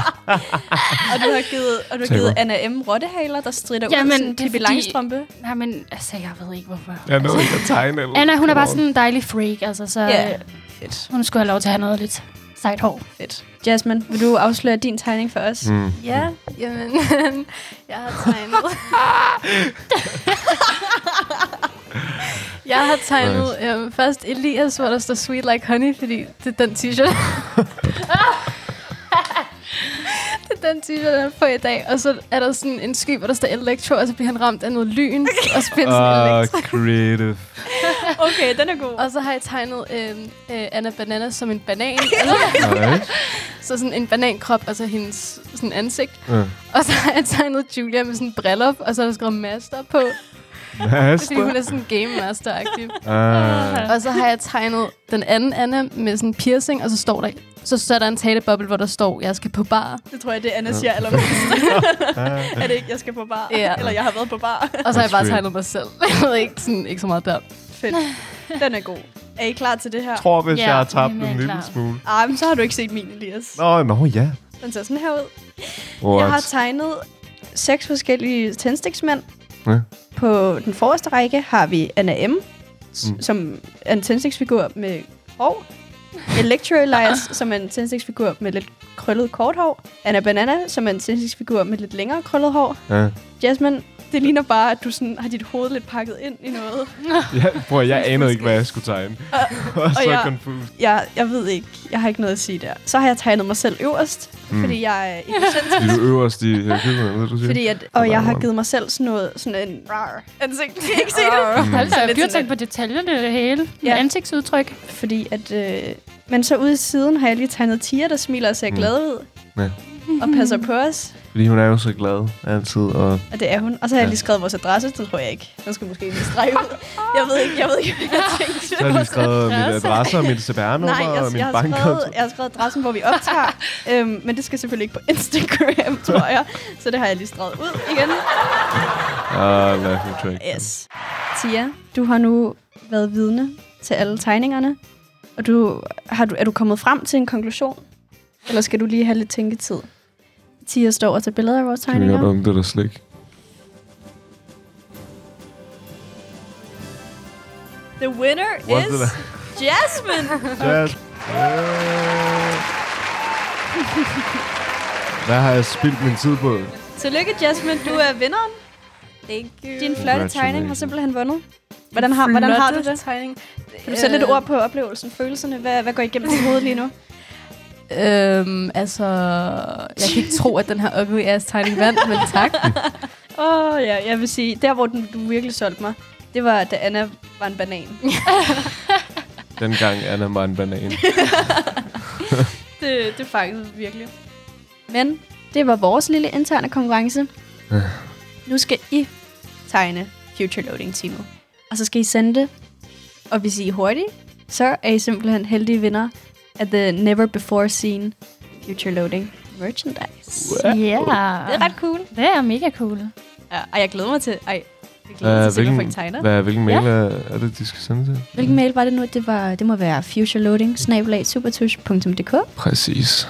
F: Og du har givet, og du har
E: Taber.
F: givet Anna M. Rottehaler, der strider ud
G: Jamen,
F: sådan en
G: det er
F: Pippi
G: fordi-
F: Langstrømpe.
G: Nej, men altså, jeg ved ikke, hvorfor.
E: jeg nåede ikke at tegne. Eller.
G: Anna, hun er bare sådan en dejlig freak, altså, så
F: Ja.
G: yeah.
F: Fedt,
G: hun skulle have lov til at have noget lidt sejt hår.
F: fedt. Jasmine, vil du afsløre din tegning for os?
E: Mm.
H: Ja, jamen, jeg har tegnet... jeg har tegnet øhm, først Elias, hvor der står Sweet Like Honey, fordi det er den t-shirt. det er den t-shirt, han er på i dag. Og så er der sådan en sky, hvor der står Electro, og så bliver han ramt af noget lyn, og så bliver han sådan
E: Ah,
H: Electro.
E: creative.
F: Okay, den er god.
H: Og så har jeg tegnet øhm, øh, Anna Banana som en banan.
E: Alright.
H: så sådan en banankrop, altså hendes sådan ansigt.
E: Ja.
H: Og så har jeg tegnet Julia med sådan briller, og så har der skrevet master på.
E: Master.
H: Fordi hun er sådan game master -agtig.
E: Ah,
H: Og så har jeg tegnet den anden Anna med sådan en piercing, og så står der... Så, så er der en taleboble, hvor der står, jeg skal på bar.
F: Det tror jeg, det er Anna siger allermest. er det ikke, jeg skal på bar?
H: Ja.
F: Eller jeg har været på bar.
H: Og så har jeg bare
E: Sweet.
H: tegnet mig selv. Jeg ved ikke, sådan, ikke så meget der.
F: Fedt. Den er god. Er I klar til det her?
E: jeg tror, hvis
G: Ja,
E: jeg har tabt
G: jamen,
E: en
G: jeg er
E: lille
G: klar.
E: smule.
F: Ah, men så har du ikke set min, Elias.
E: Nå, nå ja.
F: Den ser sådan her ud. Jeg har
E: What?
F: tegnet seks forskellige tændstiksmænd.
E: Ja.
F: På den forreste række har vi Anna M., s-
E: Mm.
F: som er en tændstiksfigur med hår. Electro Elias, som er en tændstiksfigur med lidt krøllet kort hår. Anna Banana, som er en tændstiksfigur med lidt længere krøllet hår.
E: Ja.
F: Jasmine, det ligner bare, at du sådan har dit hoved lidt pakket ind i noget.
E: Jeg, prøv, at- jeg anede ikke, hvad jeg skulle tegne. Og så
F: jeg-
E: confused.
F: Jeg, jeg ved ikke. Jeg har ikke noget at sige der. Så har jeg tegnet mig selv øverst, mm. fordi jeg er innocent.
E: Fordi du øverst i hierarkiet, eller hvad du siger?
F: Fordi at, og jeg har
E: Hvordan?
F: givet mig selv sådan noget, sådan en rar ansigt. Kan I ikke se det?
G: Hold da,
F: Sådan
G: jeg
F: lidt
G: har
F: sådan
G: tænkt på detaljerne det hele.
F: Ja.
G: Ja. Ansigtsudtryk.
F: Fordi at, øh, men så ude i siden har jeg lige tegnet Tia, der smiler og ser
E: Mm.
F: glad ud.
E: Ja.
F: Og passer på os.
E: Fordi hun er jo så glad altid, og
F: Og det er hun. Og så har jeg
E: Ja.
F: lige skrevet vores adresse. Det tror jeg ikke. Den skal måske lige strege ud. Jeg ved ikke, jeg ved ikke, hvad jeg tænkte.
E: så har jeg lige skrevet mit
G: adresse.
E: adresse og mit CPR-nummer
F: Nej, jeg,
E: og min
F: jeg, har skrevet,
E: bankkonto.
F: jeg har skrevet adressen, hvor vi optager. øhm, men det skal selvfølgelig ikke på Instagram, tror jeg. Så det har jeg lige streget ud igen.
E: Ah, laughing track.
F: Yes. Tia, du har nu været vidne til alle tegningerne. Og du, har du, er du kommet frem til en konklusion? Eller skal du lige have lidt tænketid? Tia står og tager billeder af vores
E: Kan vi godt
F: tegninger.
E: om det der slik?
F: The winner
E: What's is the-
F: Jasmine!
E: Yes. Hvad har jeg spildt min tid på?
F: Tillykke, Jasmine. Du er vinderen.
H: Thank you.
F: Din flotte tegning har simpelthen vundet. Øh. Hvordan har, hvordan har du det?
H: Tegning.
F: Kan du sætte lidt ord på oplevelsen, følelserne? Hvad, hvad går igennem dit hoved lige nu?
H: Øhm, altså, jeg kan ikke tro, at den her ugly ass tegning vandt, men tak.
F: Åh, oh, ja, jeg vil sige, der hvor den, du virkelig solgte mig, det var, da Anna var en banan.
E: Dengang Anna var en banan.
F: det, det fangede vi virkelig. Men det var vores lille interne konkurrence. nu skal I tegne Future Loading Timo. Og så skal I sende det. Og hvis I er hurtige, så er I simpelthen heldige vinder af The Never Before Seen Future Loading Merchandise.
G: Ja. Yeah.
F: Det er ret cool.
G: Det er mega cool.
F: Ja, og jeg glæder mig til... Ej, jeg glæder mig
E: Hvad,
F: til at se, hvorfor I
E: Øh, hvilken,
F: tegner.
E: hvad, hvilken mail
G: Ja.
E: er, er det, de skal sende til?
F: Hvilken mail var det nu? Det, var, det må være futureloading-supertush.dk.
E: Præcis.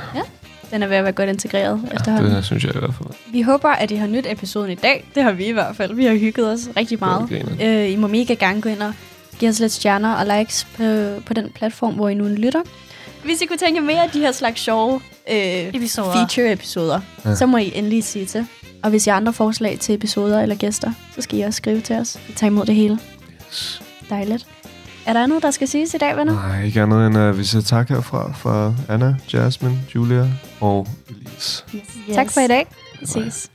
F: Den er ved at være godt integreret ja,
E: Det
F: efterhånden.
E: her synes jeg i hvert fald.
F: Vi håber, at I har nydt episoden i dag. Det har vi i hvert fald. Vi har hygget os rigtig meget.
E: Det er grineren.
F: Øh, I må mega gerne gå ind og give os lidt stjerner og likes på, på den platform, hvor I nu lytter. Hvis I kunne tænke mere af de her slags sjove øh,
G: Episoder.
F: feature-episoder, ja. så må I endelig sige til. Og hvis I har andre forslag til episoder eller gæster, så skal I også skrive til os. Vi tager imod det hele. Dejligt. Er der andet, der skal siges i dag, venner?
E: Nej, ikke andet end, at vi siger tak herfra fra Anna, Jasmine, Julia og Elise.
F: Tak for i dag. Vi ses.